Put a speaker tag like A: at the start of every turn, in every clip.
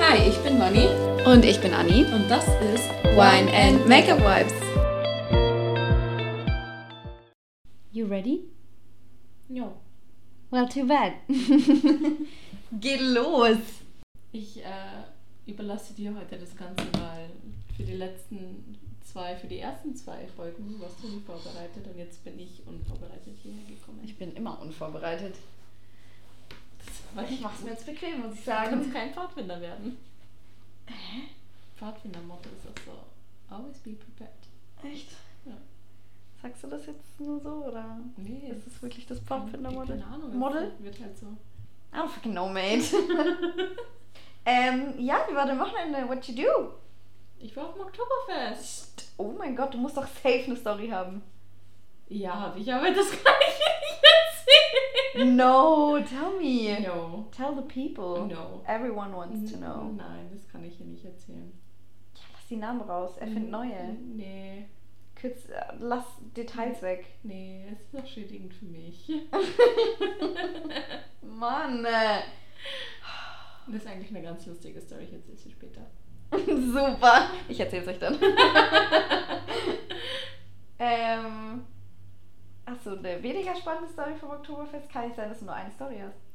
A: Hi, ich bin Nonny
B: Und ich bin Anni.
A: und das ist
B: Wine and Makeup Vibes. You ready?
A: Jo.
B: Well, too bad. Geht los!
A: Ich äh, überlasse dir heute das Ganze, weil für die letzten zwei, für die ersten zwei Folgen warst du nicht vorbereitet und jetzt bin ich unvorbereitet hierher gekommen.
B: Ich bin immer unvorbereitet.
A: Weil ich
B: mach's mir jetzt bequem, muss ich
A: Du kannst kein Pfadfinder werden. Hä? Pfadfinder-Motto ist das so. Always be prepared.
B: Echt?
A: Ja.
B: Sagst du das jetzt nur so oder
A: Nee,
B: ist das wirklich das
A: keine-
B: Pfadfinder-Model?
A: Keine Ahnung. es
B: Model?
A: Wird halt so.
B: I don't fucking know, mate. ähm, ja, wie war dein Wochenende? What you do?
A: Ich war auf dem Oktoberfest.
B: Oh mein Gott, du musst doch safe eine Story haben.
A: Ja, habe ich, aber das kann ich nicht erzählen.
B: No, tell me.
A: No.
B: Tell the people.
A: No.
B: Everyone wants to know.
A: Nein, das kann ich hier nicht erzählen.
B: Ja, lass die Namen raus, erfind neue.
A: Nee,
B: Kürz, äh, lass Details weg.
A: nee, es ist auch schädigend für mich.
B: Mann, äh,
A: Das ist eigentlich eine ganz lustige Story, ich erzähle sie später.
B: super. Ich erzähl's euch dann. ähm, achso, eine weniger spannende Story vom Oktoberfest. Kann nicht sein, dass du nur eine Story hast.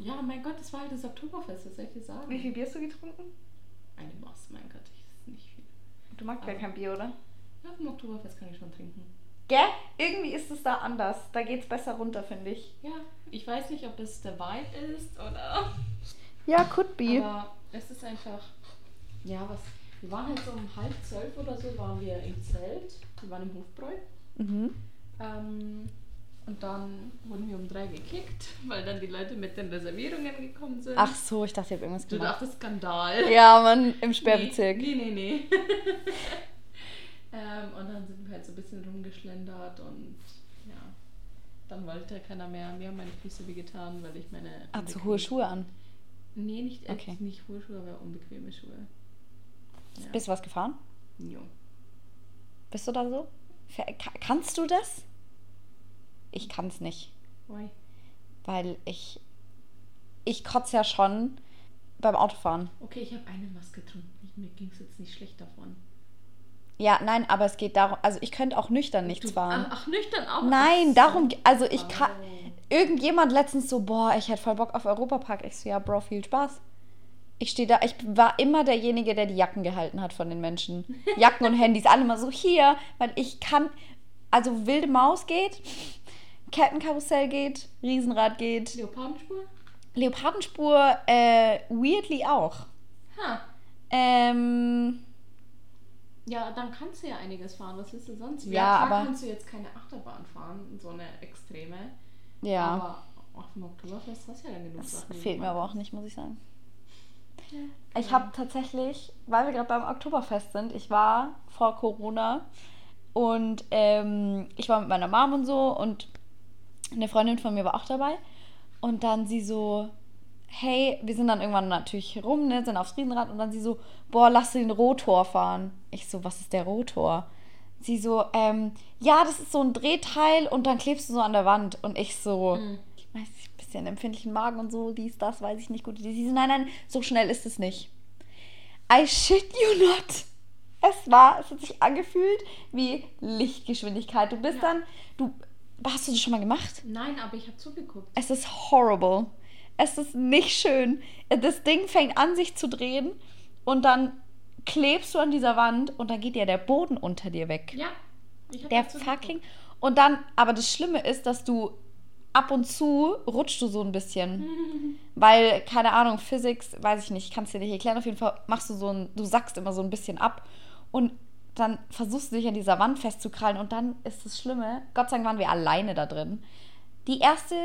A: Ja, mein Gott, das war halt das Oktoberfest, was soll ich dir sagen?
B: Wie viel Bier hast du getrunken?
A: Eine Maß, mein Gott, ich ist nicht viel.
B: Du magst gar
A: Aber-
B: kein Bier, oder?
A: Ja, vom Oktoberfest kann ich schon trinken.
B: Gell? Irgendwie ist es da anders. Da geht's besser runter, finde ich.
A: Ja, ich weiß nicht, ob das der Wein ist oder.
B: Ja, could
A: Aber es ist einfach. Ja, was. Wir waren halt so um halb zwölf oder so, waren wir im Zelt. Wir waren im Hofbräu.
B: Mhm.
A: Ähm, und dann wurden wir um drei gekickt, weil dann die Leute mit den Reservierungen gekommen sind.
B: Ach so, ich dachte, ich habe irgendwas
A: du
B: gemacht.
A: dachtest Skandal.
B: Ja, Mann, im Sperrbezirk.
A: Nee, nee, nee. nee. ähm, und dann sind wir halt so ein bisschen rumgeschlendert und ja. Dann wollte keiner mehr. Mir haben meine Füße wehgetan, weil ich meine.
B: Ah, zu
A: unbequem-
B: hohe Schuhe an.
A: Nee, nicht, äh,
B: Okay.
A: nicht hohe Schuhe, aber unbequeme Schuhe. Ja.
B: Bist du was gefahren?
A: Jo.
B: Bist du da so? Ver- ka- Kannst du das? Ich kann es nicht,
A: Oi.
B: weil ich ich kotze ja schon beim Autofahren.
A: Okay, ich habe eine Maske getrunken. Ich- Mir ging es jetzt nicht schlecht davon.
B: Ja, nein, aber es geht darum, also ich könnte auch nüchtern nichts
A: Du-
B: fahren.
A: Ach, ach, nüchtern auch? Ach
B: Nein,
A: so.
B: darum, ge- also ich kann,
A: Oh.
B: irgendjemand letztens so, boah, ich hätte voll Bock auf Europapark. Ich so, ja, Bro, viel Spaß. Ich stehe da, ich war immer derjenige, der die Jacken gehalten hat von den Menschen. Jacken und Handys, alle mal so hier, weil ich kann, also wilde Maus geht, Kettenkarussell geht, Riesenrad geht,
A: Leopardenspur?
B: Leopardenspur, äh, weirdly auch.
A: Ha.
B: Ähm,
A: Ja, dann kannst du ja einiges fahren. Was willst du sonst?
B: Ja,
A: klar
B: aber-
A: kannst du jetzt keine Achterbahn fahren, so eine extreme.
B: ja,
A: Aber auf dem Oktoberfest hast du ja dann genug
B: das
A: Sachen. die
B: fehlt
A: du
B: mir aber auch
A: machen
B: nicht, muss ich sagen.
A: kannst. Ja.
B: Ich habe tatsächlich, weil wir gerade beim Oktoberfest sind, ich war vor Corona und ähm, ich war mit meiner Mom und so und eine Freundin von mir war auch dabei. Und dann sie so, hey, wir sind dann irgendwann natürlich rum, ne, sind aufs Riesenrad und dann sie so, boah, lass den Rotor fahren. Ich so, was ist der Rotor? Sie so, ähm, ja, das ist so ein Drehteil und dann klebst du so an der Wand. Und ich so,
A: Mhm.
B: ich weiß nicht, bisschen empfindlichen Magen und so, dies, das, weiß ich nicht gut. Sie so, nein, nein, so schnell ist es nicht. I shit you not. Es war, es hat sich angefühlt wie Lichtgeschwindigkeit. Du bist
A: Ja.
B: dann, du, hast du das schon mal gemacht?
A: Nein, aber ich habe zugeguckt.
B: Es ist horrible. Es ist nicht schön. Das Ding fängt an, sich zu drehen und dann klebst du an dieser Wand und dann geht ja der Boden unter dir weg.
A: Ja. Ich hab
B: Der
A: dazu
B: fucking.
A: geguckt.
B: Und dann, aber das Schlimme ist, dass du ab und zu rutscht du so ein bisschen.
A: Mhm.
B: Weil, keine Ahnung, Physics, weiß ich nicht, kannst dir nicht erklären. Auf jeden Fall machst du so ein, du sackst immer so ein bisschen ab und dann versuchst du dich an dieser Wand festzukrallen und dann ist das Schlimme, Gott sei Dank waren wir alleine da drin. Die erste,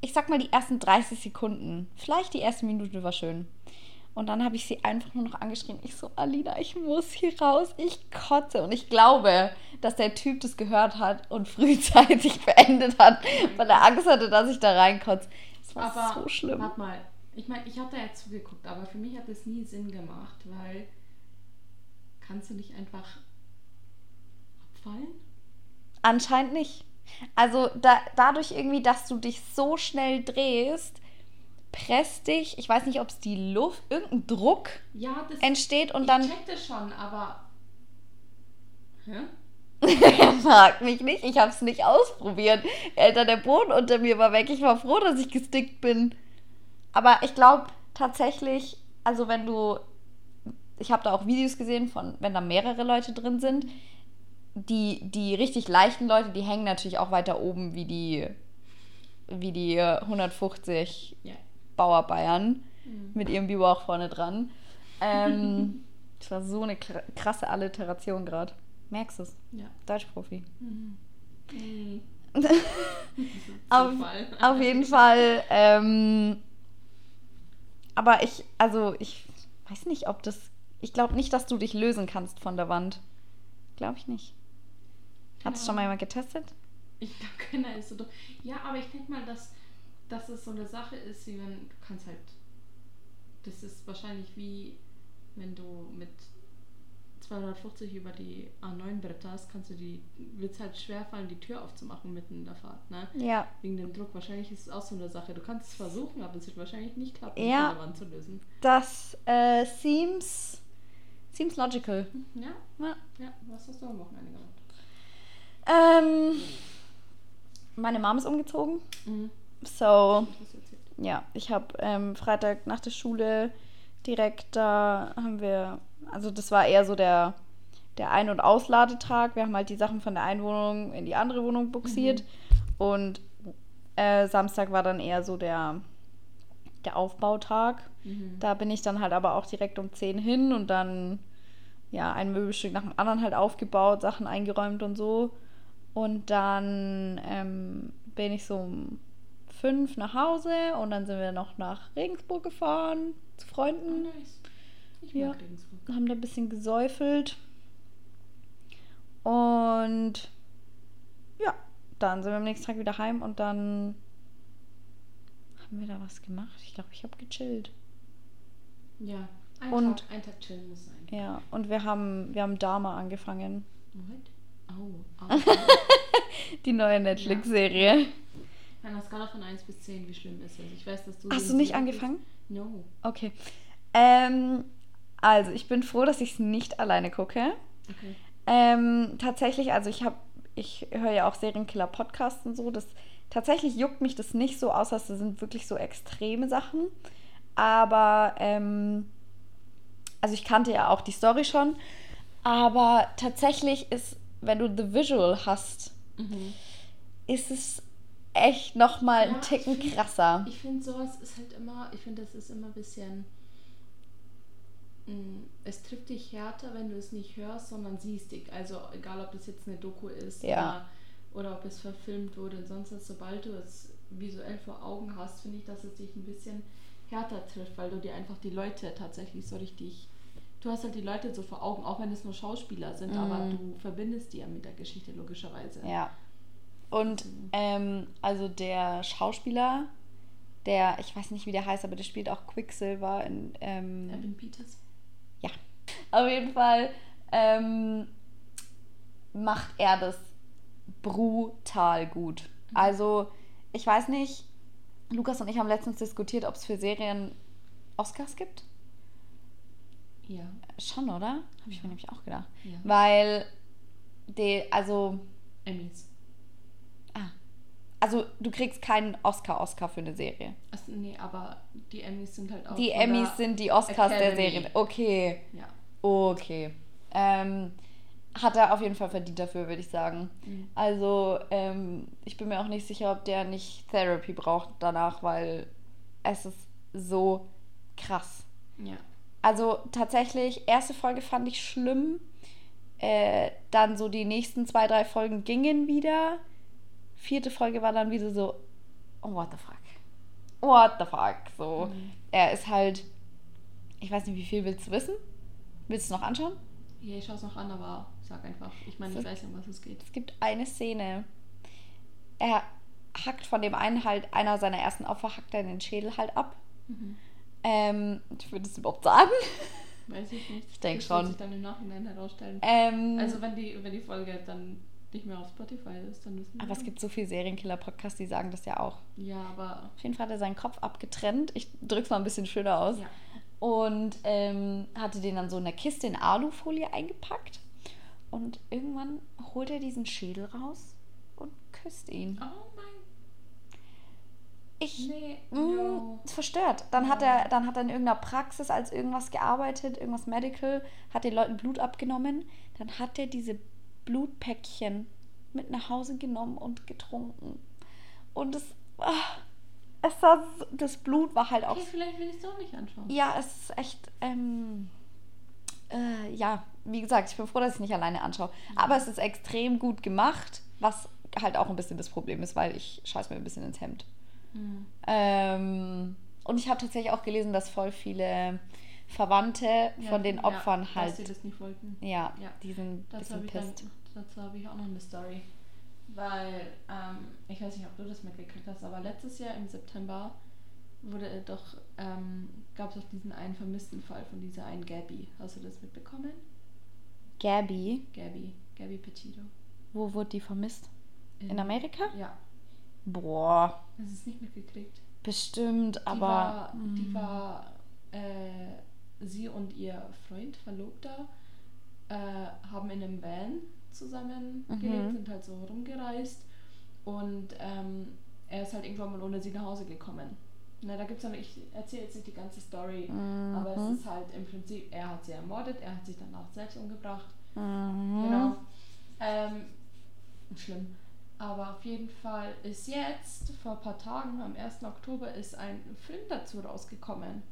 B: ich sag mal die ersten 30 Sekunden, vielleicht die erste Minute war schön. Und dann habe ich sie einfach nur noch angeschrien. Ich so, Alina, ich muss hier raus, ich kotze. Und ich glaube, dass der Typ das gehört hat und frühzeitig beendet hat, weil er Angst hatte, dass ich da reinkotze. Das war
A: Aber
B: so schlimm.
A: Warte mal. Ich meine, ich habe da ja zugeguckt, aber für mich hat das nie Sinn gemacht, weil kannst du nicht einfach abfallen?
B: Anscheinend nicht. Also da, dadurch irgendwie, dass du dich so schnell drehst, presst dich, ich weiß nicht, ob es die Luft, irgendein Druck
A: Ja, das
B: entsteht und
A: ich
B: dann.
A: check das schon, aber. Hä?
B: Frag mich nicht, ich hab's nicht ausprobiert. Alter, der Boden unter mir war weg. Ich war froh, dass ich gestickt bin. Aber ich glaube tatsächlich, also wenn du, ich habe da auch Videos gesehen von, wenn da mehrere Leute drin sind, die, die richtig leichten Leute, die hängen natürlich auch weiter oben wie die, wie die 150
A: Ja.
B: Bauer Bayern mit ihrem Biwak vorne dran. Ähm, das war so eine kr- krasse Alliteration gerade. Merkst du's?
A: Ja.
B: Deutschprofi.
A: Mhm.
B: Auf,
A: Zufall.
B: auf jeden Fall. Ähm, aber ich, also ich weiß nicht, ob das. Ich glaube nicht, dass du dich lösen kannst von der Wand. Glaube ich nicht. Hat es
A: Keine
B: schon mal jemand getestet?
A: Ich glaube, keiner ist so dumm. Ja, aber ich denke mal, dass, dass es so eine Sache ist, wie wenn du kannst halt. Das ist wahrscheinlich wie wenn du mit 250 über die A9 bretterst, kannst du die. Wird es halt schwer fallen, die Tür aufzumachen mitten in der Fahrt, ne?
B: Ja.
A: Wegen dem Druck. Wahrscheinlich ist es auch so eine Sache. Du kannst es versuchen, aber es wird wahrscheinlich nicht klappen,
B: Ja.
A: die Wand zu lösen.
B: Das äh, seems. Seems logical.
A: Ja,
B: Ja.
A: ja. Was hast du am Wochenende gemacht?
B: Ähm, meine Mom ist umgezogen.
A: Mhm.
B: So,
A: Ich hab's erzählt.
B: ja, ich habe ähm, Freitag nach der Schule direkt da haben wir, also das war eher so der, der Ein- und Ausladetag. Wir haben halt die Sachen von der einen Wohnung in die andere Wohnung buxiert. Und äh, Samstag war dann eher so der, der Aufbautag.
A: Mhm.
B: Da bin ich dann halt aber auch direkt um 10 hin und dann ja ein Möbelstück nach dem anderen halt aufgebaut, Sachen eingeräumt und so. Und dann ähm, bin ich so um 5 nach Hause und dann sind wir noch nach Regensburg gefahren zu
A: Oh,
B: Freunden,
A: nice. Ich
B: Ja.
A: mag Regensburg.
B: haben da ein bisschen gesäufelt. Und ja, dann sind wir am nächsten Tag wieder heim und dann haben wir da was gemacht. Ich glaube, ich habe gechillt.
A: Ja. Ein,
B: Und-
A: Tag, ein Tag chillen muss sein.
B: Ja, und wir haben, wir haben Dharma angefangen.
A: What? Oh, oh.
B: Die neue Netflix-Serie.
A: An einer Skala von 1 bis 10, wie schlimm ist es? Ich weiß, dass du.
B: Hast
A: so
B: du nicht
A: ein-
B: angefangen?
A: No.
B: Okay. Ähm, also, ich bin froh, dass ich es nicht alleine gucke.
A: Okay.
B: Ähm, tatsächlich, also ich habe, ich höre ja auch Serienkiller-Podcasts und so. Das, tatsächlich juckt mich das nicht so, außer es sind wirklich so extreme Sachen. Aber, ähm, also ich kannte ja auch die Story schon. Aber tatsächlich ist, wenn du The Visual hast,
A: Mhm.
B: ist es echt nochmal
A: Ja,
B: einen Ticken
A: ich find-
B: krasser.
A: Ich finde, sowas ist halt immer. Ich finde, das ist immer ein bisschen. mm, Es trifft dich härter, wenn du es nicht hörst, sondern siehst dich. Also, egal ob das jetzt eine Doku ist
B: Ja.
A: oder, oder ob es verfilmt wurde. Sonst, was, sobald du es visuell vor Augen hast, finde ich, dass es dich ein bisschen härter trifft, weil du dir einfach die Leute tatsächlich so richtig. Du hast halt die Leute so vor Augen, auch wenn es nur Schauspieler sind, aber
B: Mhm.
A: du verbindest die ja mit der Geschichte logischerweise.
B: Ja. Und
A: Mhm.
B: ähm, also der Schauspieler, der, ich weiß nicht, wie der heißt, aber der spielt auch Quicksilver in. Ähm,
A: Evan Peters.
B: auf jeden Fall ähm, macht er das brutal gut.
A: Mhm.
B: Also, ich weiß nicht, Lukas und ich haben letztens diskutiert, ob es für Serien Oscars gibt.
A: Ja.
B: Schon, oder? Habe ich
A: Ja.
B: mir nämlich auch gedacht.
A: ja.
B: Weil, die, also,
A: Emmys.
B: Ah. Also du kriegst keinen Oscar-Oscar für eine Serie.
A: Also, nee, aber die Emmys sind halt auch.
B: die
A: von
B: Emmys
A: der-
B: sind die Oscars der
A: Academy.
B: Serien. Okay,
A: Ja.
B: okay. Ähm, hat er auf jeden Fall verdient dafür, würde ich sagen.
A: Mhm.
B: Also ähm, ich bin mir auch nicht sicher, ob der nicht Therapy braucht danach, weil es ist so krass.
A: Ja.
B: Also tatsächlich, erste Folge fand ich schlimm. Äh, dann so die nächsten zwei, drei Folgen gingen wieder. Vierte Folge war dann wieder so, oh, what the fuck. What the fuck. So,
A: Mhm.
B: er ist halt, ich weiß nicht, wie viel willst du wissen? Willst du es noch anschauen?
A: Ja, ich schaue es noch an, aber sag einfach. Ich meine, ich weiß ja, um was es geht.
B: Es gibt eine Szene. Er hackt von dem einen halt, einer seiner ersten Opfer hackt dann den Schädel halt ab.
A: Mhm.
B: Ähm, ich würde es überhaupt sagen.
A: Weiß ich nicht.
B: Ich denk
A: Das wird
B: schon.
A: Also sich dann im Nachhinein herausstellen.
B: Ähm,
A: Also, wenn die, wenn die Folge dann nicht mehr auf Spotify ist, dann wissen wir.
B: Aber es gibt so viele Serienkiller-Podcasts, die sagen das ja auch.
A: Ja, aber.
B: Auf jeden Fall hat er seinen Kopf abgetrennt. Ich drück's mal ein bisschen schöner aus.
A: Ja.
B: Und ähm, hatte den dann so in der Kiste in Alufolie eingepackt. Und irgendwann holt er diesen Schädel raus und küsst ihn.
A: Oh mein.
B: Ich.
A: Nee.
B: Mm,
A: No.
B: ist Verstört. Dann hat
A: Ja.
B: er, dann hat er in irgendeiner Praxis als irgendwas gearbeitet, irgendwas Medical, hat den Leuten Blut abgenommen. Dann hat er diese Blutpäckchen mit nach Hause genommen und getrunken. Und es, ah, es war, so- das Blut war halt auch.
A: Okay, vielleicht will ich es doch nicht anschauen.
B: Ja, es ist echt. Ähm, äh, ja, wie gesagt, ich bin froh, dass ich es nicht alleine anschaue.
A: Mhm.
B: Aber es ist extrem gut gemacht, was halt auch ein bisschen das Problem ist, weil ich scheiß mir ein bisschen ins Hemd.
A: Hm.
B: Ähm, und ich habe tatsächlich auch gelesen, dass voll viele Verwandte
A: Ja,
B: von den
A: ja,
B: Opfern
A: Dass sie
B: halt.
A: das nicht wollten.
B: Ja,
A: Ja.
B: die sind ein
A: Dazu habe
B: bisschen
A: ich, dann-
B: pisst.
A: dazu habe ich auch noch eine Story. Weil, ähm, ich weiß nicht, ob du das mitgekriegt hast, aber letztes Jahr im September wurde äh, doch, ähm, gab es auch diesen einen vermissten Fall von dieser einen Gabby. Hast du das mitbekommen?
B: Gabby,
A: Gabby, Gabby Petito.
B: wo wurde die vermisst?
A: Mhm.
B: In Amerika?
A: Ja,
B: Boah,
A: das ist nicht mitgekriegt.
B: bestimmt,
A: Die
B: aber.
A: war, die
B: Mm.
A: war äh, sie und ihr Freund, Verlobter, äh, haben in einem Van zusammen gelebt,
B: Mhm.
A: sind halt so rumgereist und ähm, er ist halt irgendwann mal ohne sie nach Hause gekommen. Na, da gibt's dann, ich erzähle jetzt nicht die ganze Story, aber
B: Mhm.
A: es ist halt im Prinzip, er hat sie ermordet, er hat sich danach selbst umgebracht
B: Mhm.
A: Genau. Ähm, schlimm. Aber auf jeden Fall ist jetzt, vor ein paar Tagen, am 1. Oktober, ist ein Film dazu rausgekommen.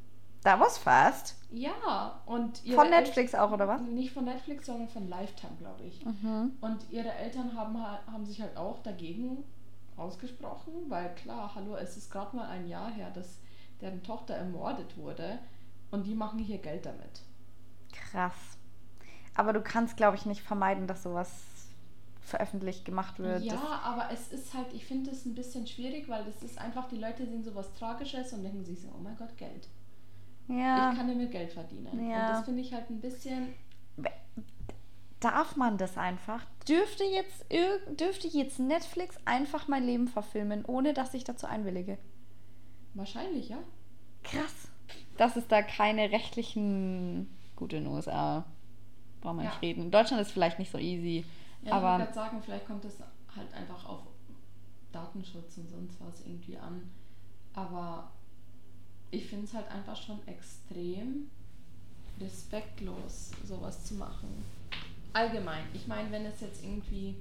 B: Da war's fast.
A: Ja, und ihre
B: Von
A: El-
B: Netflix auch, oder was?
A: Nicht von Netflix, sondern von Lifetime, glaube ich.
B: Mhm.
A: Und ihre Eltern haben, ha- haben sich halt auch dagegen ausgesprochen, weil klar, hallo, es ist gerade mal ein Jahr her, dass deren Tochter ermordet wurde und die machen hier Geld damit.
B: Krass. Aber du kannst, glaube ich, nicht vermeiden, dass sowas veröffentlicht gemacht wird.
A: Ja,
B: Das-
A: aber es ist halt, ich finde es ein bisschen schwierig, weil es ist einfach, die Leute sehen sowas Tragisches und denken sich so, oh mein Gott, Geld.
B: ja.
A: Ich kann damit Geld verdienen.
B: Ja.
A: Und das finde ich halt ein bisschen,
B: Darf man das einfach? Dürfte jetzt, irg- dürfte jetzt Netflix einfach mein Leben verfilmen, ohne dass ich dazu einwillige?
A: wahrscheinlich, ja.
B: Krass. Dass es da keine rechtlichen. Gut, in den USA brauchen wir
A: Ja.
B: nicht reden. In Deutschland ist vielleicht nicht so easy.
A: ja ich
B: aber
A: würde sagen, vielleicht kommt es halt einfach auf Datenschutz und sonst was irgendwie an. Aber ich finde es halt einfach schon extrem respektlos, sowas zu machen. Allgemein. Ich meine, wenn es jetzt irgendwie,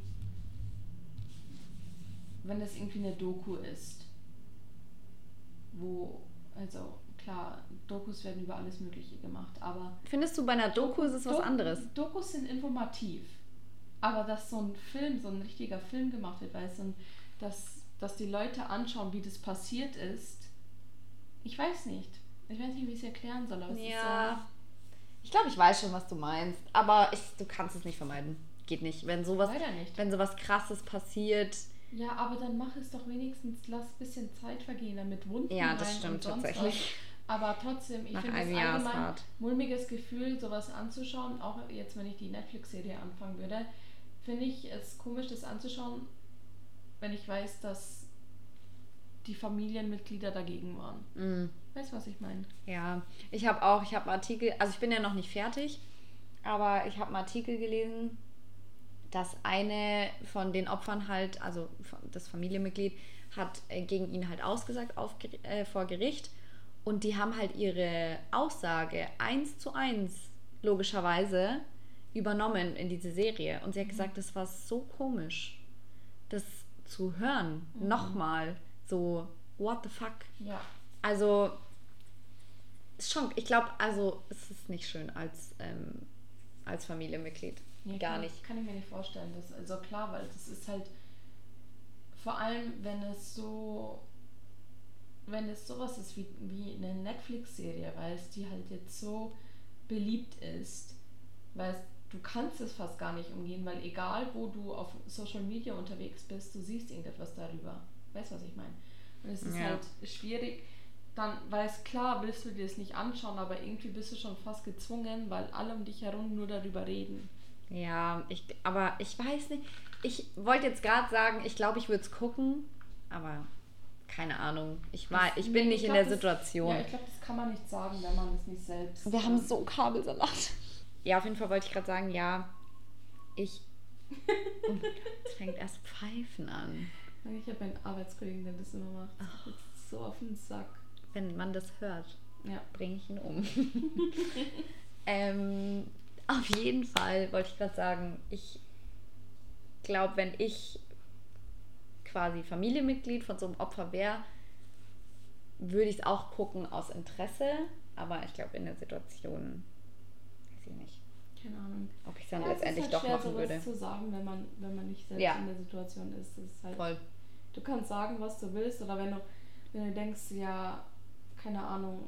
A: wenn es irgendwie eine Doku ist, wo, also klar, Dokus werden über alles Mögliche gemacht, aber
B: findest du, bei einer Doku ist es was
A: Doku-
B: anderes?
A: Dokus sind informativ. Aber dass so ein Film, so ein richtiger Film gemacht wird, weil es so ein, dass, dass die Leute anschauen, wie das passiert ist, ich weiß nicht. Ich weiß nicht, wie ich es erklären soll. Aber es
B: Ja. Ich glaube, ich weiß schon, was du meinst. Aber ich, du kannst es nicht vermeiden. Geht nicht. Wenn
A: ist so,
B: sowas,
A: leider nicht.
B: wenn sowas krasses passiert.
A: Ja, aber dann mach es doch wenigstens, lass ein bisschen Zeit vergehen, damit Wunden
B: Ja, das
A: heilen und
B: stimmt
A: sonst
B: tatsächlich.
A: Was. Aber trotzdem, ich
B: Nach
A: finde es
B: einem Jahr ist
A: allgemein
B: hart.
A: mulmiges Gefühl, sowas anzuschauen, auch jetzt, wenn ich die Netflix-Serie anfangen würde, finde ich es komisch, das anzuschauen, wenn ich weiß, dass die Familienmitglieder dagegen waren.
B: Mm.
A: Weißt du, was ich meine?
B: Ja, ich habe auch, ich habe einen Artikel, also ich bin ja noch nicht fertig, aber ich habe einen Artikel gelesen, dass eine von den Opfern halt, also von- das Familienmitglied, hat äh, gegen ihn halt ausgesagt auf, Ger- äh, vor Gericht und die haben halt ihre Aussage eins zu eins logischerweise übernommen in diese Serie und sie hat gesagt, das war so komisch, das zu hören,
A: Mhm.
B: nochmal, so what the fuck.
A: Ja.
B: Also, ist schon, ich glaube, also es ist nicht schön als, ähm, als Familienmitglied.
A: Nee,
B: Gar
A: kann,
B: nicht.
A: Kann ich mir nicht vorstellen. Das, also klar, weil das ist halt, vor allem wenn es so, wenn es sowas ist wie, wie eine Netflix-Serie, weil es die halt jetzt so beliebt ist, weil es, du kannst es fast gar nicht umgehen, weil egal wo du auf Social Media unterwegs bist, du siehst irgendetwas darüber. Weißt du, was ich meine? Und es ist
B: Ja.
A: halt schwierig, dann, weil es klar, willst du dir das nicht anschauen, aber irgendwie bist du schon fast gezwungen, weil alle um dich herum nur darüber reden.
B: Ja, ich, aber ich weiß nicht. Ich wollte jetzt gerade sagen, ich glaube, ich würde es gucken, aber keine Ahnung. Ich, war,
A: Das-
B: ich
A: nee,
B: bin nicht in
A: glaub,
B: der
A: das-
B: Situation.
A: Ja, ich glaube, das kann man nicht sagen, wenn man es nicht selbst.
B: Wir haben so Kabelsalat. Ja, auf jeden Fall wollte ich gerade sagen, ja, ich. Oh mein Gott, es fängt erst Pfeifen an.
A: Ich habe einen Arbeitskollegen, der das immer macht. Das geht so auf den Sack.
B: Wenn man das hört,
A: Ja.
B: bringe ich ihn um. ähm, auf jeden Fall wollte ich gerade sagen, ich glaube, wenn ich quasi Familienmitglied von so einem Opfer wäre, würde ich es auch gucken aus Interesse, aber ich glaube, in der Situation weiß ich nicht,
A: Keine Ahnung.
B: ob ich es dann
A: Ja, es ist
B: letztendlich
A: halt
B: doch
A: schwer,
B: machen
A: sowas
B: würde.
A: zu sagen, wenn man, wenn man nicht selbst
B: Ja.
A: in der Situation ist. Das ist halt,
B: Voll.
A: Du kannst sagen, was du willst, oder wenn du, wenn du denkst, ja, keine Ahnung.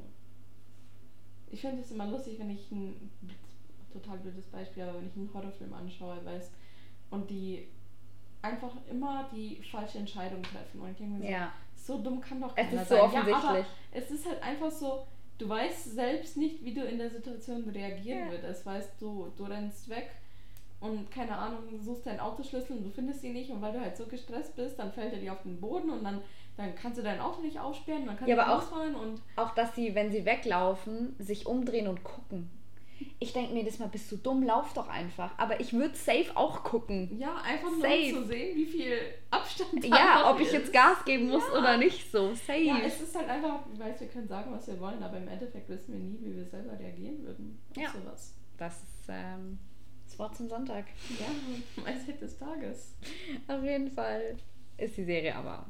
A: Ich finde es immer lustig, wenn ich ein total blödes Beispiel, aber wenn ich einen Horrorfilm anschaue, weiß, und die einfach immer die falsche Entscheidung treffen. Und ich denke mir so,
B: Ja,
A: so dumm kann doch keiner
B: es ist so
A: sein. Ja, aber
B: offensichtlich.
A: es ist halt einfach so, du weißt selbst nicht, wie du in der Situation reagieren
B: Ja.
A: würdest. Weißt du, du rennst weg und keine Ahnung, suchst deinen Autoschlüssel und du findest ihn nicht und weil du halt so gestresst bist, dann fällt er dir auf den Boden und dann, dann kannst du dein Auto nicht aufsperren, dann kannst
B: Ja,
A: du
B: aber auch-
A: ausfahren und
B: Auch, dass sie, wenn sie weglaufen, sich umdrehen und gucken. Ich denke mir das mal, bist du dumm, lauf doch einfach. Aber ich würde safe auch gucken.
A: ja, einfach nur
B: Safe.
A: um zu sehen, wie viel Abstand da
B: Ja,
A: noch
B: ob ich
A: ist.
B: jetzt Gas geben muss oder nicht, so safe.
A: Ja, es ist halt einfach, ich weiß, wir können sagen, was wir wollen, aber im Endeffekt wissen wir nie, wie wir selber reagieren würden auf
B: Ja.
A: sowas.
B: das ist ähm, das Wort zum Sonntag.
A: Ja, Weisheit des Tages.
B: Auf jeden Fall ist die Serie aber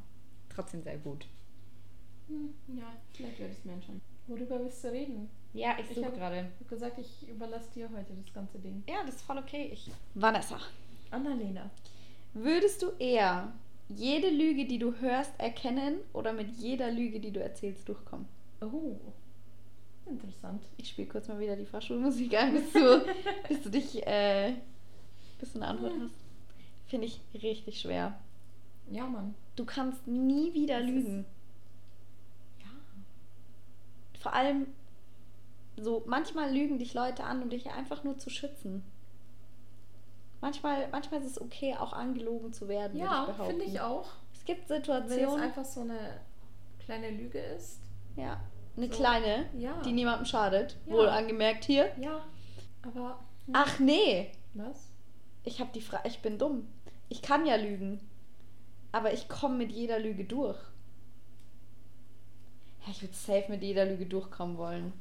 B: trotzdem sehr gut.
A: Hm, ja, vielleicht werde ich es mir anschauen. Worüber willst du reden?
B: Ja, ich
A: Ich
B: suche
A: hab-
B: gerade.
A: Ich habe gesagt, ich überlasse dir heute das ganze Ding.
B: Ja, das ist voll okay. Ich. Vanessa.
A: Annalena.
B: Würdest du eher jede Lüge, die du hörst, erkennen oder mit jeder Lüge, die du erzählst, durchkommen?
A: Oh. Interessant.
B: Ich spiele kurz mal wieder die Fahrschulmusik ein, bis du, bis du dich, äh, bis du eine Antwort hast. Finde ich richtig schwer.
A: Ja, Mann.
B: Du kannst nie wieder
A: Das ist-
B: lügen.
A: Ja.
B: Vor allem, so manchmal lügen dich Leute an, um dich einfach nur zu schützen. Manchmal, manchmal ist es okay, auch angelogen zu werden.
A: Ja,
B: würde
A: finde ich
B: behaupten.
A: auch.
B: Es gibt
A: Wenn es
B: Situationen,
A: einfach so eine kleine Lüge ist.
B: ja, eine
A: so-
B: kleine,
A: Ja.
B: die niemandem schadet.
A: Ja.
B: Wohl angemerkt hier.
A: ja. Aber
B: Ach nee,
A: was?
B: Ich habe die Frage, ich bin dumm. Ich kann ja lügen. Aber ich komme mit jeder Lüge durch. Ja, ich würde safe mit jeder Lüge durchkommen wollen.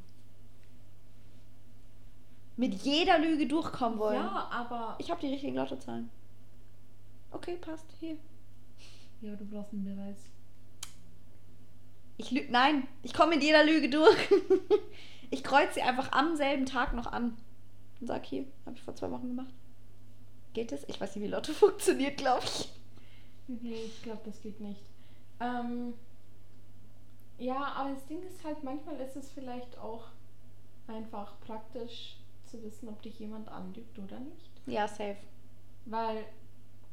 B: Mit jeder Lüge durchkommen wollen.
A: Ja, aber.
B: Ich habe die richtigen Lottozahlen. Okay, passt. Hier.
A: Ja, du brauchst einen Beweis.
B: Ich lüge. Nein, ich komme mit jeder Lüge durch. ich kreuze sie einfach am selben Tag noch an. Und sag hier, habe ich vor zwei Wochen gemacht. Geht es? Ich weiß nicht, wie Lotto funktioniert, glaube ich.
A: Nee, ich glaube, das geht nicht. Ähm, ja, aber das Ding ist halt, manchmal ist es vielleicht auch einfach praktisch zu wissen, ob dich jemand anlügt oder nicht.
B: Ja, safe.
A: Weil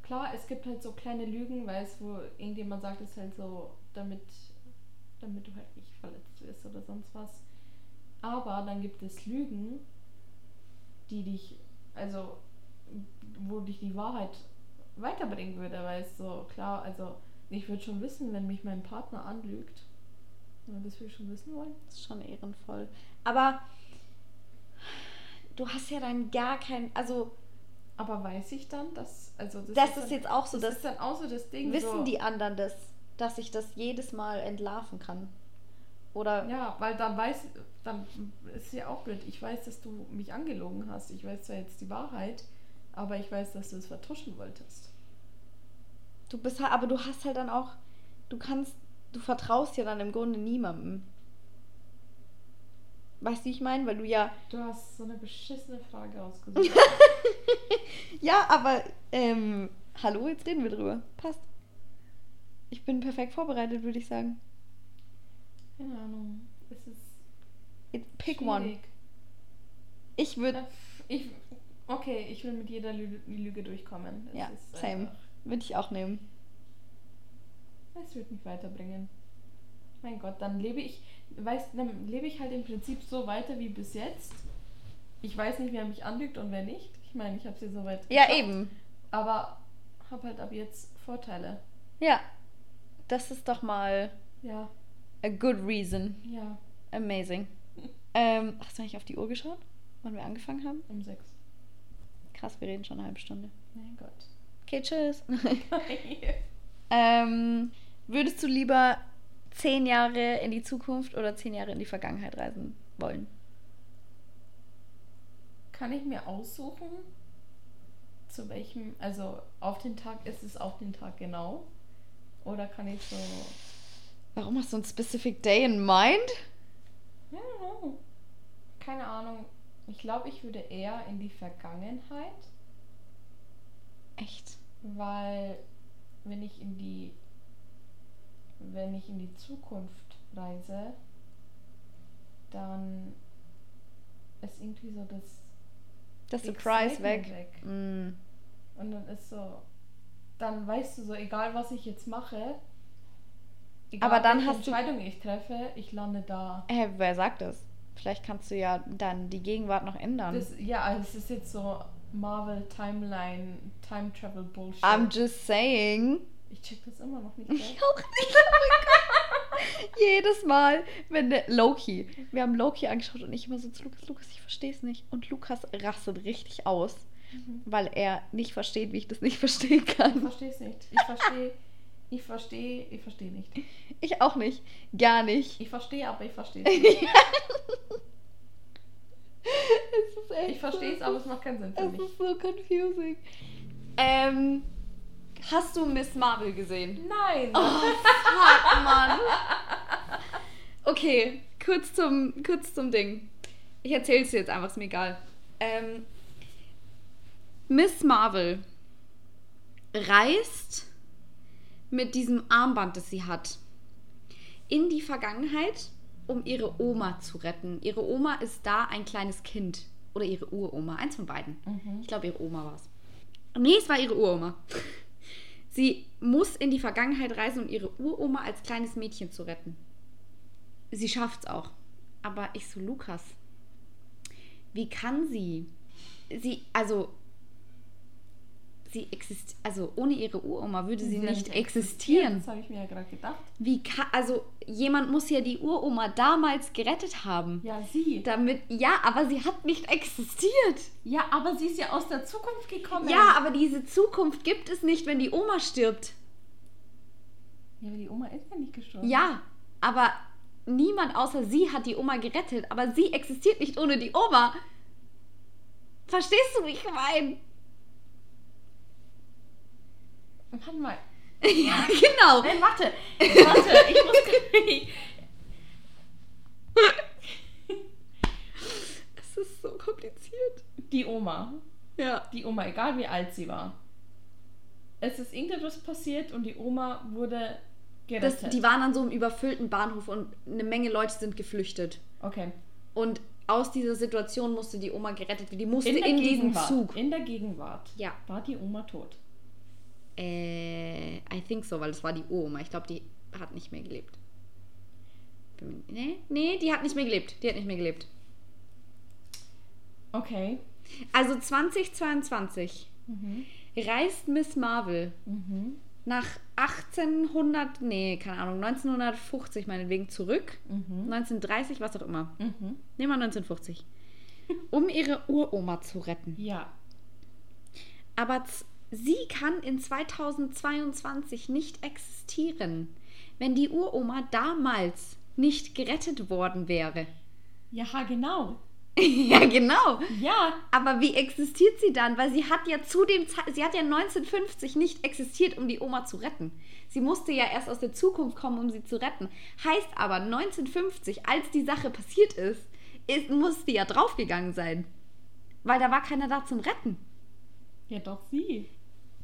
A: klar, es gibt halt so kleine Lügen, weißt wo irgendjemand sagt es halt so, damit, damit du halt nicht verletzt wirst oder sonst was. Aber dann gibt es Lügen, die dich, also wo dich die Wahrheit weiterbringen würde, weißt du, so, klar, also ich würde schon wissen, wenn mich mein Partner anlügt. Ja, Das würde ich schon wissen wollen.
B: Das ist schon ehrenvoll. Aber du hast ja dann gar kein. Also,
A: Aber weiß ich dann, dass, also
B: das ist
A: dann,
B: jetzt auch so,
A: das
B: das
A: ist dann auch so das Ding. so,
B: wissen die anderen das, dass ich das jedes Mal entlarven kann. Oder.
A: Ja, weil dann weiß, dann ist ja auch blöd. Ich weiß, dass du mich angelogen hast. Ich weiß zwar jetzt die Wahrheit, aber ich weiß, dass du es vertuschen wolltest.
B: Du bist halt, aber du hast halt dann auch. Du kannst. Du vertraust ja dann im Grunde niemandem. Weißt du, wie ich meine? Weil du ja.
A: Du hast so eine beschissene Frage ausgesucht.
B: Ja, aber. Ähm, hallo, jetzt reden wir drüber. Passt. Ich bin perfekt vorbereitet, würde ich sagen.
A: Keine Ahnung. Es ist
B: Jetzt Pick one.
A: schwierig.
B: Ich würde
A: Äh, Ich, okay, ich will mit jeder Lü Lüge durchkommen. Es
B: Ja,
A: ist
B: same.
A: einfach-
B: Würde ich auch nehmen.
A: Es wird mich weiterbringen. Mein Gott, dann lebe ich, weiß, dann lebe ich halt im Prinzip so weiter wie bis jetzt. Ich weiß nicht, wer mich anlügt und wer nicht. Ich Ich meine, ich habe sie soweit.
B: Ja,
A: geschafft,
B: eben.
A: Aber habe halt ab jetzt Vorteile.
B: Ja. Das ist doch mal
A: Ja,
B: a good reason.
A: ja,
B: Amazing. ähm, hast du eigentlich auf die Uhr geschaut, wann wir angefangen haben?
A: um sechs.
B: Krass, wir reden schon eine halbe Stunde.
A: Mein Gott.
B: Okay, tschüss. ähm, würdest du lieber zehn Jahre in die Zukunft oder zehn Jahre in die Vergangenheit reisen wollen?
A: Kann ich mir aussuchen, zu welchem, also auf den Tag ist es auf den Tag genau? Oder kann ich so.
B: Warum hast du einen specific day in mind?
A: I don't know. Keine Ahnung. Ich glaube, ich würde eher in die Vergangenheit,
B: Echt?
A: weil wenn ich in die wenn ich in die Zukunft reise, dann ist irgendwie so das
B: Das Surprise
A: Excitement
B: weg. Mm.
A: Und dann ist so, dann weißt du so, egal was ich jetzt mache, egal
B: Aber dann
A: welche
B: hast du-
A: Entscheidung ich treffe, ich lande da.
B: Hä, wer sagt das? Vielleicht kannst du ja dann die Gegenwart noch ändern.
A: Das, ja, also es ist jetzt so Marvel Timeline, Time Travel Bullshit.
B: I'm just saying.
A: ich check das immer noch nicht.
B: Ich
A: gell?
B: auch nicht. Oh mein Gott. Jedes Mal, wenn der Loki, wir haben Loki angeschaut und ich immer so zu Lukas, Lukas, ich verstehe es nicht. Und Lukas rastet richtig aus,
A: Mhm.
B: weil er nicht versteht, wie ich das nicht verstehen
A: Ich
B: kann.
A: verstehe es nicht. Ich verstehe, ich verstehe, ich verstehe nicht.
B: Ich auch nicht. Gar nicht.
A: Ich verstehe, aber ich verstehe
B: Ja.
A: es nicht.
B: Es ist echt
A: Ich verstehe es,
B: so-
A: aber es macht keinen Sinn für
B: Es
A: mich.
B: ist so confusing. Ähm, hast du Miss Marvel gesehen?
A: Nein!
B: Oh, fuck, Mann. Okay, kurz zum, kurz zum Ding. Ich erzähle es dir jetzt einfach, ist mir egal. Ähm, Miss Marvel reist mit diesem Armband, das sie hat, in die Vergangenheit, um ihre Oma zu retten. Ihre Oma ist da ein kleines Kind. Oder ihre Uroma, eins von beiden.
A: Mhm.
B: Ich glaube, ihre Oma war es. Nee, es war ihre Uroma. Sie muss in die Vergangenheit reisen, um ihre Uroma als kleines Mädchen zu retten. Sie schafft's auch. Aber ich so, Lukas, wie kann sie? Sie, also, sie existiert, also ohne ihre Uroma würde sie nicht existieren.
A: Das habe ich mir ja gerade gedacht.
B: Wie kann, also jemand muss ja die Uroma damals gerettet haben.
A: Ja, sie.
B: Damit, ja, aber sie hat nicht existiert.
A: Ja, aber sie ist ja aus der Zukunft gekommen.
B: Ja, aber diese Zukunft gibt es nicht, wenn die Oma stirbt.
A: Ja, aber die Oma ist ja nicht gestorben.
B: Ja, aber niemand außer sie hat die Oma gerettet, aber sie existiert nicht ohne die Oma. Verstehst du, wie ich meine?
A: Warte mal.
B: ja, genau.
A: Nein, warte. Warte, ich muss. grad-
B: Es ist so kompliziert.
A: Die Oma.
B: Ja.
A: Die Oma, egal wie alt sie war. Es ist irgendetwas passiert und die Oma wurde
B: Das,
A: gerettet.
B: die waren an so einem überfüllten Bahnhof und eine Menge Leute sind geflüchtet.
A: okay.
B: Und aus dieser Situation musste die Oma gerettet werden. Die musste
A: In,
B: in,
A: der
B: diesen
A: Gegenwart.
B: Zug.
A: In der Gegenwart.
B: Ja.
A: War die Oma tot?
B: Äh, I think so, weil das war die Oma. Ich glaube, die hat nicht mehr gelebt. Bin mir- Nee, nee, die hat nicht mehr gelebt. Die hat nicht mehr gelebt.
A: Okay.
B: Also 2022
A: Mhm.
B: reist Miss Marvel
A: Mhm.
B: nach 1800, nee, keine Ahnung, 1950 meinetwegen zurück.
A: Mhm.
B: 1930, was auch immer.
A: Mhm.
B: Nehmen wir 1950. Um ihre Uroma zu retten.
A: Ja.
B: Aber z- sie kann in 2022 nicht existieren, wenn die Uroma damals nicht gerettet worden wäre.
A: Ja, ha, genau.
B: ja, genau.
A: Ja.
B: Aber wie existiert sie dann? Weil sie hat ja zu dem Ze sie hat ja 1950 nicht existiert, um die Oma zu retten. Sie musste ja erst aus der Zukunft kommen, um sie zu retten. Heißt aber 1950, als die Sache passiert ist, ist muss die ja draufgegangen sein, weil da war keiner da zum Retten.
A: Ja, doch sie.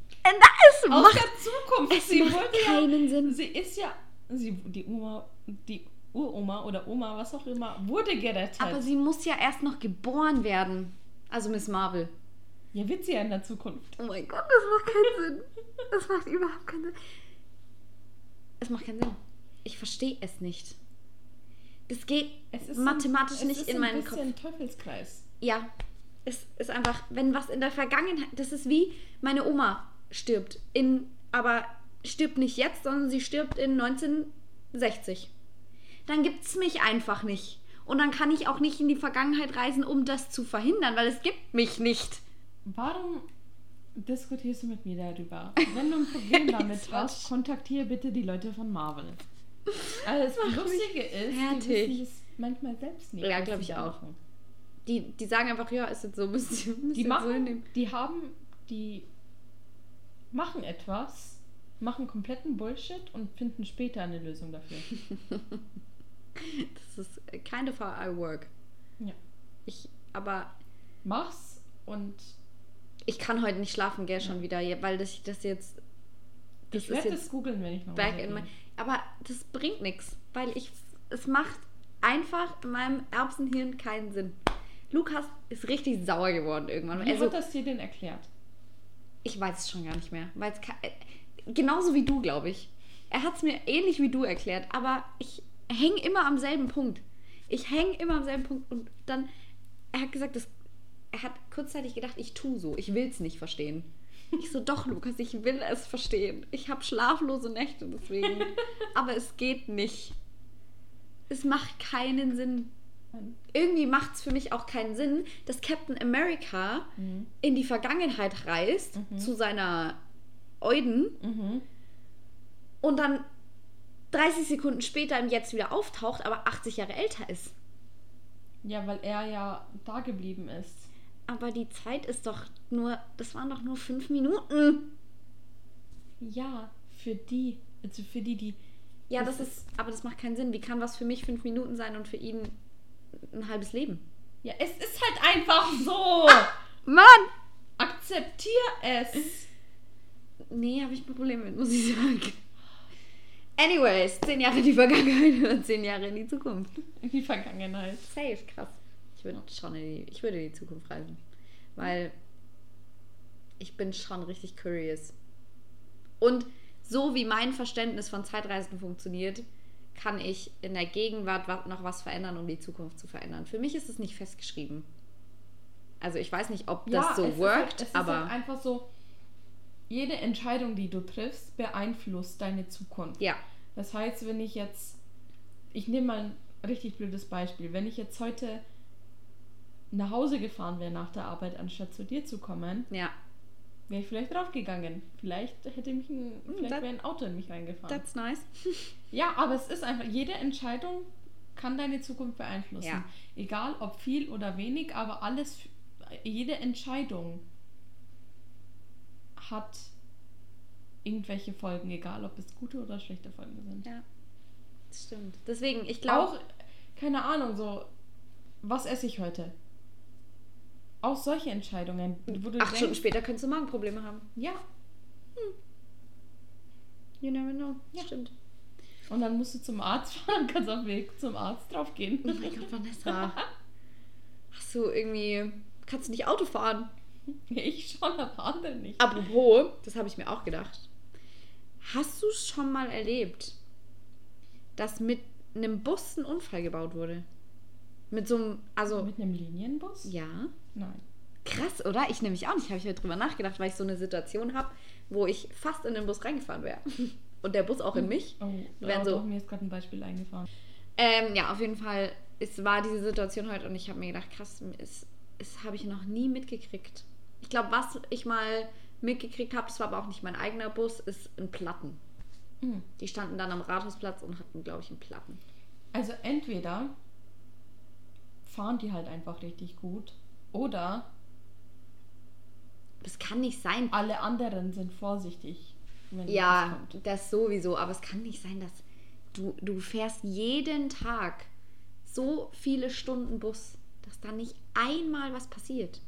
B: Und das
A: Aus
B: macht
A: der Zukunft.
B: es
A: sie
B: macht
A: wurde ja
B: keinen Sinn.
A: Sie ist ja, sie, die Oma, die Uroma oder Oma, was auch immer, wurde gerettet.
B: Aber sie muss ja erst noch geboren werden. Also Miss Marvel.
A: ja, wird sie ja in der Zukunft.
B: Oh mein Gott, das macht keinen Sinn. Das macht überhaupt keinen Sinn. Es macht keinen Sinn. Ich verstehe es nicht. Das geht
A: Es
B: mathematisch
A: ein, es ist
B: nicht in
A: ein
B: meinen Kopf.
A: bisschen Teufelskreis.
B: Ja, es ist einfach, wenn was in der Vergangenheit, das ist wie meine Oma stirbt in, aber stirbt nicht jetzt, sondern sie stirbt in 1960. Dann gibt's mich einfach nicht. Und dann kann ich auch nicht in die Vergangenheit reisen, um das zu verhindern, weil es gibt mich nicht.
A: Warum diskutierst du mit mir darüber? Wenn du ein Problem damit hast, kontaktiere bitte die Leute von Marvel. Also das
B: macht mich
A: Lustige ist,
B: fertig.
A: die wissen es manchmal selbst nicht.
B: Ja,
A: was
B: glaub
A: sie
B: ich
A: da
B: auch.
A: machen.
B: Die, die sagen einfach, ja, ist jetzt so, müsst ihr, müsst
A: Die
B: ihr jetzt so
A: machen,
B: hinnehmen.
A: die haben, die machen etwas, machen kompletten Bullshit und finden später eine Lösung dafür.
B: Das ist äh, kind of how I work.
A: Ja.
B: Ich, aber
A: Mach's und
B: ich kann heute nicht schlafen, gell, schon wieder, je- weil das, ich das jetzt. Das
A: ich
B: ist
A: werde
B: jetzt
A: das googeln, wenn ich noch
B: back
A: mal
B: in my.
A: bin.
B: Aber das bringt nichts, weil ich. Es macht einfach in meinem Erbsenhirn keinen Sinn. Lukas ist richtig sauer geworden irgendwann.
A: Wie
B: Also,
A: wird das dir denn erklärt?
B: ich weiß es schon gar nicht mehr. Weil es ka- äh, genauso wie du, glaube ich. Er hat es mir ähnlich wie du erklärt, aber ich hänge immer am selben Punkt. Ich hänge immer am selben Punkt und dann. Er hat gesagt, das, er hat kurzzeitig gedacht, ich tue so, ich will es nicht verstehen. Ich so, doch, Lukas, ich will es verstehen. Ich habe schlaflose Nächte deswegen. aber es geht nicht. Es macht keinen Sinn. Ähm, Irgendwie macht es für mich auch keinen Sinn, dass Captain America
A: Mhm.
B: in die Vergangenheit reist
A: Mhm.
B: zu seiner Euden
A: Mhm.
B: und dann 30 Sekunden später im Jetzt wieder auftaucht, aber 80 Jahre älter ist.
A: Ja, weil er ja da geblieben ist.
B: Aber die Zeit ist doch nur, das waren doch nur fünf Minuten.
A: Ja, für die, also für die, die
B: Ja,
A: Das
B: das, ist, aber das macht keinen Sinn. Wie kann was für mich fünf Minuten sein und für ihn ein halbes Leben?
A: Ja, es ist halt einfach so.
B: Mann!
A: Akzeptier es.
B: Nee, habe ich ein Problem mit, muss ich sagen. Anyways, zehn Jahre in die Vergangenheit und zehn Jahre in die Zukunft.
A: In die Vergangenheit.
B: Safe, krass. Ich würde schon in die, ich würde in die Zukunft reisen. Weil ich bin schon richtig curious. Und so wie mein Verständnis von Zeitreisen funktioniert, kann ich in der Gegenwart wa- noch was verändern, um die Zukunft zu verändern. Für mich ist es nicht festgeschrieben. Also ich weiß nicht, ob das so
A: es ist halt,
B: worked,
A: es
B: aber
A: ist halt einfach so, jede Entscheidung, die du triffst, beeinflusst deine Zukunft.
B: ja.
A: Das heißt, wenn ich jetzt, ich nehme mal ein richtig blödes Beispiel, wenn ich jetzt heute nach Hause gefahren wäre nach der Arbeit, anstatt zu dir zu kommen,
B: Ja,
A: wäre ich vielleicht draufgegangen. Vielleicht hätte mich ein, vielleicht
B: that-
A: wäre ein Auto in mich reingefahren.
B: that's nice.
A: Ja, aber es ist einfach, jede Entscheidung kann deine Zukunft beeinflussen.
B: Ja.
A: Egal ob viel oder wenig, aber alles, f- jede Entscheidung hat irgendwelche Folgen, egal ob es gute oder schlechte Folgen sind.
B: Ja. Stimmt. Deswegen, ich
A: Auch,
B: glaube,
A: keine Ahnung, so, was esse ich heute? Auch solche Entscheidungen, wo du
B: acht Stunden
A: denkst,
B: später könntest du Magenprobleme haben.
A: ja,
B: You never know.
A: Ja.
B: Stimmt.
A: und dann musst du zum Arzt fahren, kannst auf dem Weg zum Arzt draufgehen.
B: Oh mein Gott, Vanessa. Hast du irgendwie. Kannst du nicht Auto fahren?
A: Ich schon, aber andere nicht.
B: Apropos, das habe ich mir auch gedacht. Hast du es schon mal erlebt, dass mit einem Bus ein Unfall gebaut wurde? Mit so einem. Also.
A: Mit einem Linienbus?
B: ja.
A: Nein.
B: Krass, oder? Ich nämlich auch nicht. Habe ich heute drüber nachgedacht, weil ich so eine Situation habe, wo ich fast in den Bus reingefahren wäre. Und der Bus auch in mich.
A: Oh,
B: Wenn
A: oh,
B: so-
A: doch, mir ist gerade ein Beispiel eingefahren.
B: Ähm, ja, auf jeden Fall, es war diese Situation heute und ich habe mir gedacht, krass, es, es habe ich noch nie mitgekriegt. Ich glaube, was ich mal mitgekriegt habe, das war aber auch nicht mein eigener Bus, ist ein Platten.
A: Hm.
B: Die standen dann am Rathausplatz und hatten, glaube ich, einen Platten.
A: Also entweder fahren die halt einfach richtig gut oder
B: Das kann nicht sein.
A: alle anderen sind vorsichtig, wenn die Post
B: Ja,
A: kommt.
B: das sowieso, aber es kann nicht sein, dass du, du fährst jeden Tag so viele Stunden Bus, dass da nicht einmal was passiert.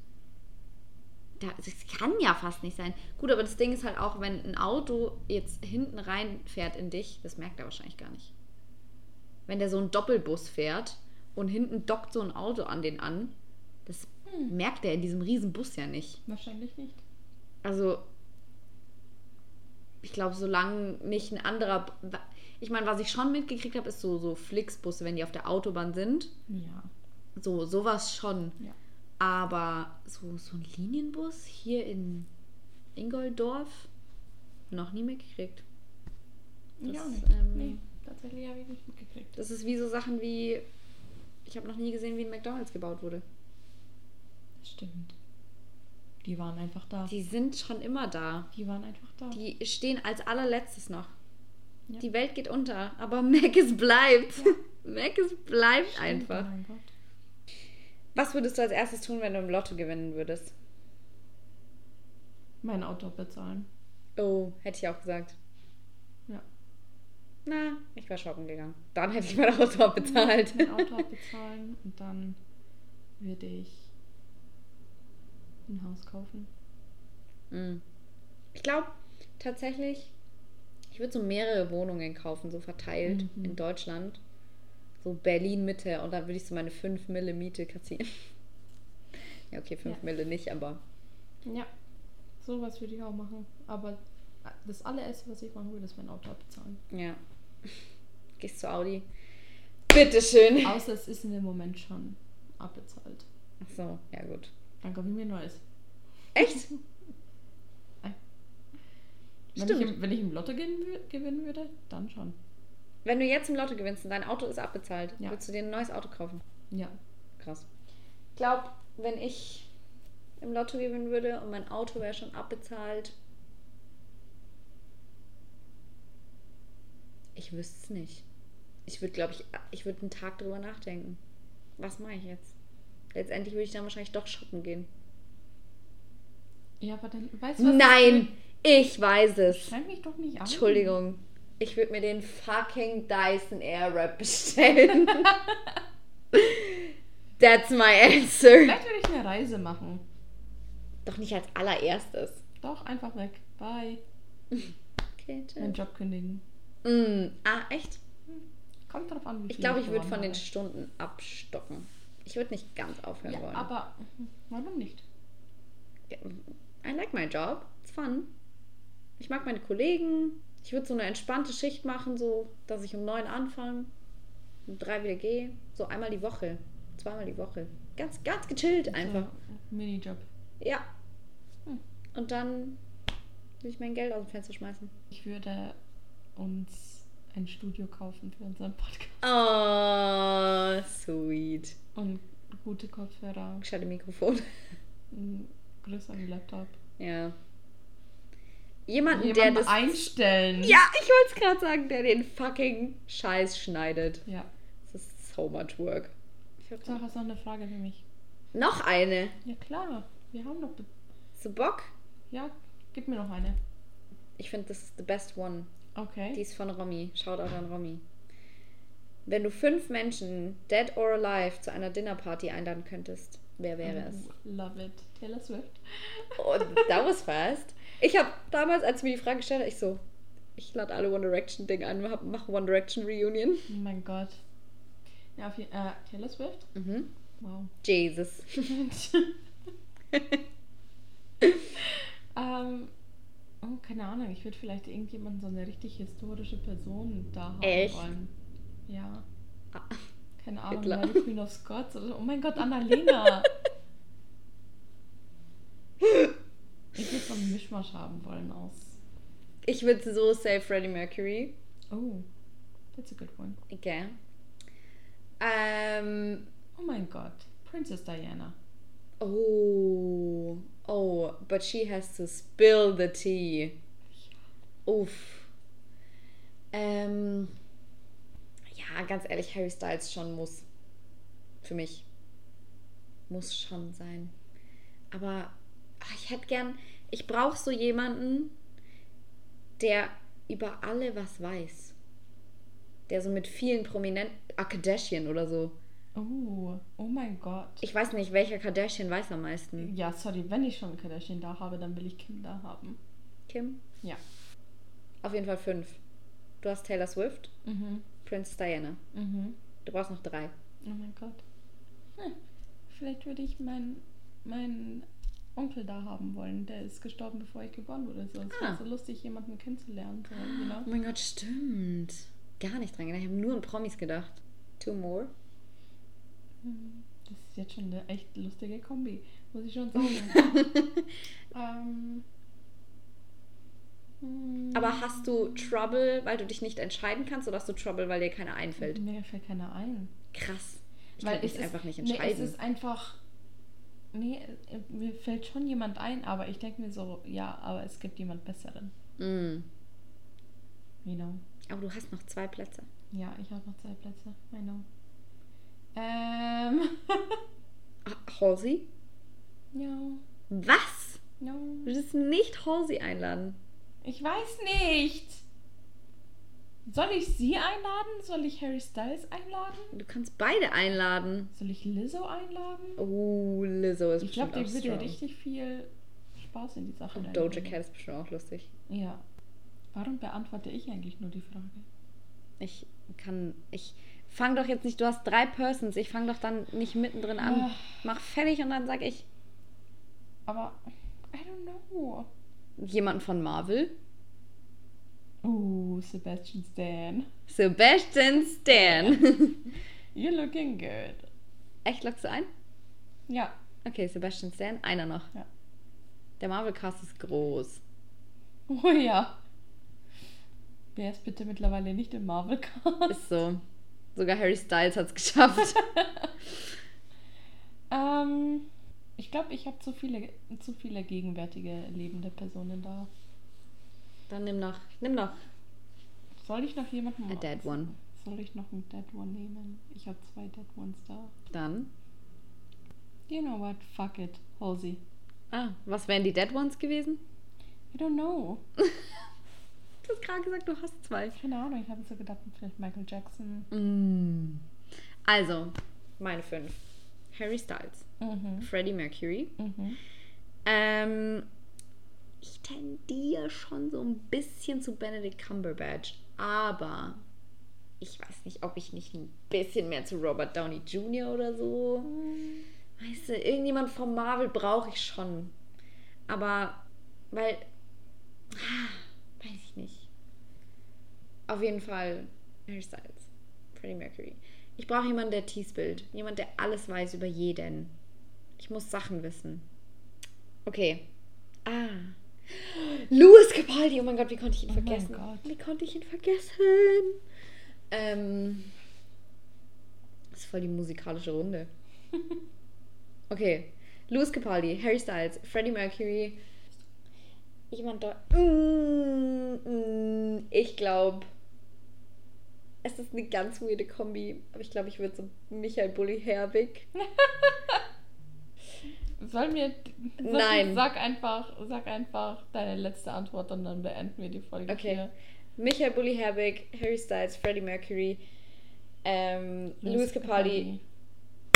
B: Da, das kann ja fast nicht sein. Gut, aber das Ding ist halt auch, wenn ein Auto jetzt hinten reinfährt in dich, das merkt er wahrscheinlich gar nicht. Wenn der so einen Doppelbus fährt und hinten dockt so ein Auto an den an, das
A: Hm.
B: merkt er in diesem riesen Bus ja nicht.
A: Wahrscheinlich nicht.
B: Also, ich glaube, solange nicht ein anderer. Ich meine, was ich schon mitgekriegt habe, ist so, so Flixbusse, wenn die auf der Autobahn sind.
A: Ja.
B: So, sowas schon.
A: Ja.
B: Aber so, so ein Linienbus hier in Ingoldorf noch nie mitgekriegt. Das,
A: ja, auch nicht.
B: ähm,
A: nee, tatsächlich habe ich nicht mitgekriegt.
B: Das ist wie so Sachen wie. Ich habe noch nie gesehen, wie ein McDonalds gebaut wurde.
A: Stimmt. Die waren einfach da. Die,
B: Die sind schon immer da.
A: waren einfach da.
B: Die stehen als allerletztes noch.
A: Ja.
B: Die Welt geht unter, aber Mc's bleibt. Mc's bleibt einfach.
A: Mein Gott.
B: Was würdest du als erstes tun, wenn du im Lotto gewinnen würdest?
A: Mein Auto bezahlen.
B: Oh, hätte ich auch gesagt.
A: Ja.
B: Na, ich wäre shoppen gegangen. Dann hätte ich mein Auto bezahlt.
A: Mein Auto abbezahlen und dann würde ich ein Haus kaufen.
B: Mm. Ich glaube tatsächlich, ich würde so mehrere Wohnungen kaufen, so verteilt
A: Mhm.
B: in Deutschland. So Berlin-Mitte und dann würde ich so meine 5 Mille Miete kassieren. ja, okay, 5
A: Ja.
B: Mille nicht, aber
A: Ja, sowas würde ich auch machen. Aber das allererste, was ich machen würde, ist mein Auto abbezahlen.
B: ja. Gehst zu Audi. Bitteschön.
A: Außer es ist in dem Moment schon abbezahlt.
B: Ach so, ja gut.
A: Dann kaufe ich mir ein neues.
B: Echt?
A: Wenn ich,
B: Stimmt.
A: im, wenn ich im Lotto gewinnen wür- gewinnen würde, dann schon.
B: Wenn du jetzt im Lotto gewinnst und dein Auto ist abbezahlt,
A: Ja.
B: würdest du dir ein neues Auto kaufen?
A: Ja.
B: Krass. Ich glaube, wenn ich im Lotto gewinnen würde und mein Auto wäre schon abbezahlt. Ich wüsste es nicht. Ich würde, glaube ich, ich würde einen Tag drüber nachdenken. Was mache ich jetzt? Letztendlich würde ich dann wahrscheinlich doch shoppen gehen.
A: Ja, aber dann weißt du was?
B: Nein, ich weiß
A: Ich-
B: es.
A: Schreib mich doch nicht an.
B: Entschuldigung. Ich würde mir den fucking Dyson Airwrap bestellen. That's my answer.
A: Vielleicht würde ich eine Reise machen.
B: Doch nicht als allererstes.
A: Doch, einfach weg. Bye.
B: Okay,
A: Meinen Job kündigen.
B: mm, Ah, echt?
A: Kommt drauf an, wie
B: Ich
A: viel
B: glaube, ich würde
A: gewonnen
B: von den
A: habe.
B: Stunden abstocken. Ich würde nicht ganz aufhören
A: Ja,
B: wollen.
A: aber hm, warum nicht?
B: I like my job. It's fun. Ich mag meine Kollegen. Ich würde so eine entspannte Schicht machen, so dass ich um neun anfange, um drei wieder gehe. So einmal die Woche. Zweimal die Woche. Ganz, ganz gechillt einfach.
A: So, Minijob.
B: Ja.
A: Hm.
B: Und dann würde ich mein Geld aus dem Fenster schmeißen.
A: Ich würde uns ein Studio kaufen für unseren Podcast.
B: Oh, sweet.
A: Und gute Kopfhörer,
B: Schade Mikrofon.
A: einen größeren Laptop.
B: Ja. Jemanden, der
A: Jemanden
B: das.
A: einstellen.
B: ja, ich wollte es gerade sagen, der den fucking Scheiß schneidet.
A: Ja.
B: Das ist so much work. Ich hab
A: Sarah, hast du noch eine Frage für mich?
B: noch eine.
A: Ja klar, wir haben noch... Be
B: So Bock?
A: ja, gib mir noch eine.
B: Ich finde, das ist the best one. Die
A: Okay.
B: ist von Romy. Shoutout an Romy. Wenn du fünf Menschen, dead or alive, zu einer Dinnerparty einladen könntest, wer wäre es?
A: Oh, Love it. Taylor Swift.
B: Oh, that was fast. Ich habe damals, als du mir die Frage gestellt hast, ich so, ich lade alle One Direction Ding ein, hab- mach One Direction Reunion.
A: Oh mein Gott. Ja, auf, je- äh, Taylor Swift?
B: Mhm.
A: Wow.
B: Jesus.
A: ähm, oh, keine Ahnung, ich würde vielleicht irgendjemanden, so eine richtig historische Person da haben
B: Echt?
A: wollen. Ja.
B: Ah.
A: Keine Ahnung,
B: Hitler.
A: Mary Queen of Scots oder so. Oh mein Gott, Annalena! ich würde so einen Mischmasch haben wollen aus.
B: Ich würde so say Freddie Mercury.
A: Oh, that's a good one.
B: Okay. Ähm,
A: Oh mein Gott, Princess Diana.
B: oh, oh, but she has to spill the tea. Uff. Ähm, ja, ganz ehrlich, Harry Styles schon muss. Für mich. Muss schon sein. Aber ach, ich hätte gern, ich brauche so jemanden, der über alle was weiß. Der so mit vielen prominenten, ah, Kardashian oder so.
A: Oh, oh mein Gott.
B: Ich weiß nicht, welcher Kardashian weiß am meisten.
A: Ja, sorry, wenn ich schon Kardashian da habe, dann will ich Kim da haben.
B: Kim?
A: Ja.
B: Auf jeden Fall fünf. Du hast Taylor Swift,
A: Mhm.
B: Prince Diana.
A: Mhm.
B: Du brauchst noch drei.
A: Oh mein Gott. Hm. Vielleicht würde ich meinen meinen Onkel da haben wollen. Der ist gestorben, bevor ich geboren wurde. So, es
B: Ah.
A: wäre so lustig, jemanden kennenzulernen. So, you
B: Oh
A: know?
B: mein Gott, stimmt. Gar nicht dran gedacht. Ich habe nur an Promis gedacht. Two more.
A: Hm. das ist jetzt schon eine echt lustige Kombi, muss ich schon sagen. ähm, mm,
B: Aber hast du Trouble, weil du dich nicht entscheiden kannst oder hast du Trouble, weil dir keiner einfällt?
A: Mir fällt keiner ein.
B: Krass. Ich
A: Mhm. Weil
B: kann mich
A: es ist-
B: einfach nicht
A: Nee, es
B: entscheiden.
A: ist einfach. Nee, äh, mir fällt schon jemand ein, aber ich denke mir so, ja, aber es gibt jemand Besseren.
B: Mm.
A: You know.
B: Aber du hast noch zwei Plätze.
A: Ja, ich habe noch zwei Plätze. I know. Ähm.
B: Ah, Halsey?
A: no.
B: Was?
A: No.
B: Du würdest nicht Halsey einladen.
A: Ich weiß nicht. Soll ich sie einladen? Soll ich Harry Styles einladen?
B: Du kannst beide einladen.
A: Soll ich Lizzo einladen?
B: Oh, Lizzo ist
A: Ich glaube,
B: bestimmt
A: der
B: auch
A: wird ja
B: strong.
A: richtig viel Spaß in die Sache
B: Und Doja
A: reinbringen.
B: Cat ist bestimmt auch lustig.
A: Ja. Warum beantworte ich eigentlich nur die Frage?
B: Ich kann. Ich fang doch jetzt nicht. Du hast drei Persons. Ich fang doch dann nicht mittendrin an.
A: Ah.
B: Mach fertig und dann sag ich
A: Aber I don't know.
B: jemanden von Marvel.
A: Oh, Sebastian Stan.
B: Sebastian Stan.
A: You're looking good.
B: Echt, lockst du ein?
A: Ja.
B: Okay, Sebastian Stan. Einer noch.
A: Ja.
B: Der Marvel-Cast ist groß.
A: Oh ja. Wer ist bitte mittlerweile nicht im Marvel Cast?
B: Ist so. Sogar Harry Styles hat's geschafft.
A: Ähm, ich glaube, ich habe zu viele, zu viele gegenwärtige lebende Personen da.
B: Dann nimm noch. Nimm noch.
A: Soll ich noch jemanden?
B: A dead one.
A: Soll ich noch einen Dead One nehmen? Ich habe zwei Dead Ones da.
B: Dann.
A: You know what? Fuck it, Halsey.
B: Ah, was wären die Dead Ones gewesen?
A: I don't know.
B: Du hast gerade gesagt, du hast zwei.
A: Keine Ahnung, ich habe so gedacht, vielleicht Michael Jackson.
B: Also, meine fünf. Harry Styles,
A: Mhm.
B: Freddie Mercury.
A: Mhm.
B: Ähm, ich tendiere schon so ein bisschen zu Benedict Cumberbatch, aber ich weiß nicht, ob ich nicht ein bisschen mehr zu Robert Downey Jr. oder so. Weißt du, irgendjemand von Marvel brauche ich schon. Aber, weil. Ah, Weiß ich nicht. Auf jeden Fall Harry Styles. Freddie Mercury. Ich brauche jemanden, der Tees bildet. Jemand, der alles weiß über jeden. Ich muss Sachen wissen. Okay. Ah. Louis Capaldi. Oh mein Gott, wie konnte ich ihn
A: Oh mein
B: vergessen?
A: Gott.
B: Wie konnte ich ihn vergessen? Ähm. Das ist voll die musikalische Runde. Okay. Louis Capaldi, Harry Styles, Freddie Mercury. Jemand da. Mm, mm, ich glaube. Es ist eine ganz weirde Kombi, aber ich glaube, ich würde so Michael Bulli Herbig.
A: Sollen wir. sollen
B: Nein.
A: wir- Sag einfach, sag einfach deine letzte Antwort und dann beenden wir die Folge.
B: Okay.
A: Hier.
B: Michael Bulli Herbig, Harry Styles, Freddie Mercury, ähm, Louis Capaldi,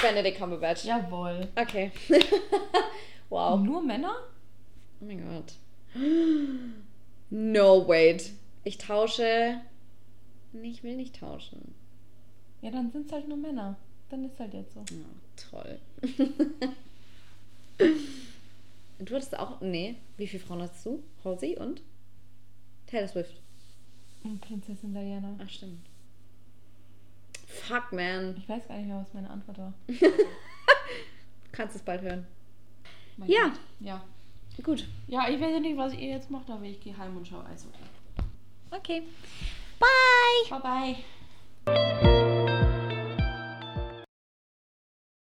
B: Benedict Cumberbatch.
A: Jawohl.
B: Okay. wow.
A: Nur Männer?
B: Oh mein Gott. No, wait. Ich tausche. Nee, ich will nicht tauschen.
A: Ja, dann sind es halt nur Männer. Dann ist halt jetzt so.
B: Oh, toll. du hattest auch. Nee, wie viele Frauen hast du? Halsey und? Taylor Swift.
A: Und Prinzessin Diana.
B: Ach, Ah, stimmt. Fuck, man.
A: Ich weiß gar nicht mehr, was meine Antwort war.
B: Du kannst es bald hören.
A: Mein
B: Ja.
A: Gott. Ja.
B: Gut.
A: Ja, ich weiß ja nicht, was ihr jetzt macht, aber ich gehe heim und schaue Eishockey.
B: Okay. Bye.
A: Bye bye.